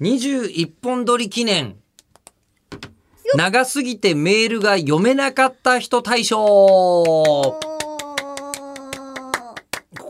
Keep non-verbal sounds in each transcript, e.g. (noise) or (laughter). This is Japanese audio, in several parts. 21本撮り記念。長すぎてメールが読めなかった人大賞こ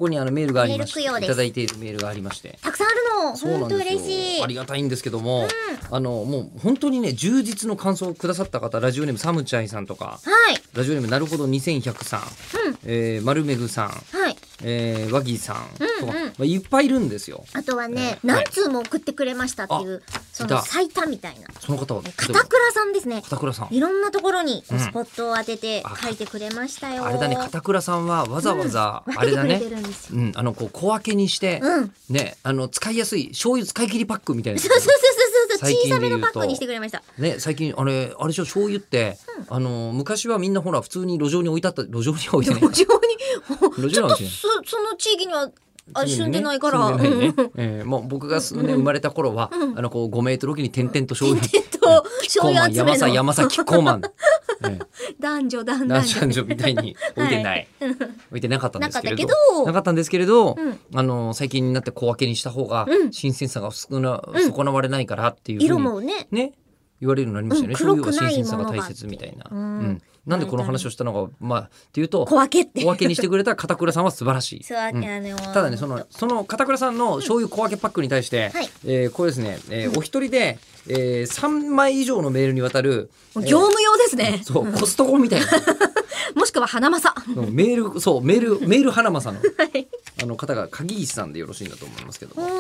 こにあのメールがありまして、メール供養いですただいているメールがありまして。たくさんあるのそうな本ん当ですよ嬉しいありがたいんですけども、あのもう本当にね充実の感想をくださった方ラジオネームサムチャイさんとかはいラジオネームなるほど2100さん、うんえー、丸めぐさん、はいえー、和木さんとか、うんうんまあ、いっぱいいるんですよあとはね、えー何通も送ってくれましたっていうそ来のた最多みたいなその方は例えば片倉さんですね片倉さんいろんなところにうんスポットを当ててあ書いてくれましたよ、あれだね片倉さんはわざわざ、うんあれだ (laughs) ね分けてくれてるんですうん、あのこう小分けにして、うんねあの使いやすい醤油使い切りパックみたいなそうそうそうそうそう最近小で言さうとめのパックにしてくれましたね、最近あれあれでしょ醤油って、あの昔はみんなほら普通に路上に置いてあった路上には置いてな路い上にち路上ょなんでっとすねそその地域には (laughs) あ住んでないから、住んでないねうんえーもう僕がす、ね、生まれた頃は、あのこう5メートルおきに点々と醤油 (laughs) えっと醤コーマ油ン集め山のさ山崎コ (laughs) ーマン、えー、男女男男男子女男女みたいに置いてない、置いてなかったんですけれどなかったけどなかったんですけれど、うんあの最近になって小分けにした方がうん新鮮さが少な、ん損なわれないからっていうふうに色もねね言われるようになりましたようね、ん醤油は新鮮さ黒くないがものが大切みたいな、うんなんでこの話をしたのかまあっていうと小分けって小分けにしてくれた (laughs) 片倉さんは素晴らしい。そうあうんのただねそのその片倉さんの醤油小分けパックに対して、はいえーこれですね、えーお一人で、え3枚以上のメールにわたる、えー業務用ですね、そうコストコみたいな (laughs) もしくは花正うんメールそうメールメール花間さんのはいあの方が鍵石さんでよろしいんだと思いますけどおも、ー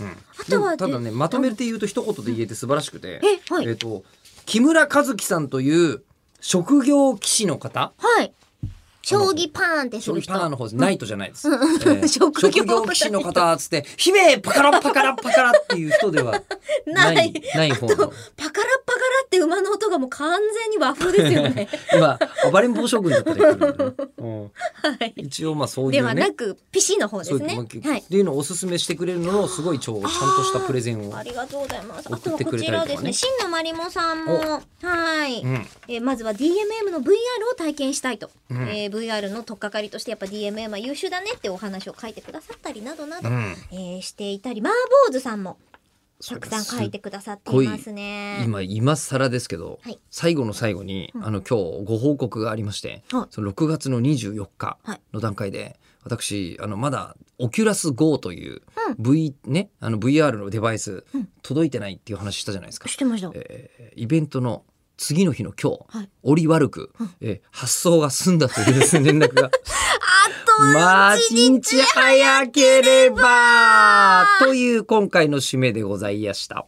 うんあとではもただねまとめて言うと一言で言えて素晴らしくて、えはいっと木村和樹さんという職業棋士の方はい将棋パーンってす将る棋人パーの方です、ナイトじゃないです、えー職業職業棋士の方っつって「姫パカラパカラパカラ」っていう人ではな (laughs) ないいないあと方パカラのパカラって馬の音がもう完全に和風ですよ (laughs) ね今暴れん坊将軍だったりするんだよね、うん (laughs) はい一応まあそういうねではなくピシの方でそうすいうねまあはっいていうのをおすすめしてくれるのをすごいちょちゃんとしたプレゼンをあ。りがとうございます。あ送とっはてくこれちたりとからねですね、真のまりもさんも、おはい、うんえーまずは DMM の VR を体験したいと、うんえー VR の取っかかりとしてやっぱ DMM は優秀だねってお話を書いてくださったりなどなど、うんえーしていたり、マーボーズさんもたくさん書いてくださっていますね。今今更ですけど、はい最後の最後に、あの今日ご報告がありまして、はいその6月の24日はいの段階で、私あのまだオキュラス GO というう V、ねあの VR のデバイス、うん届いてないっていう話したじゃないですかし。てました。えーイベントの次の日の今日、はい折り悪く、えー発送が済んだというですね連絡 (laughs) が。あまとち一ん日ち早ければという今回の締めでございやした。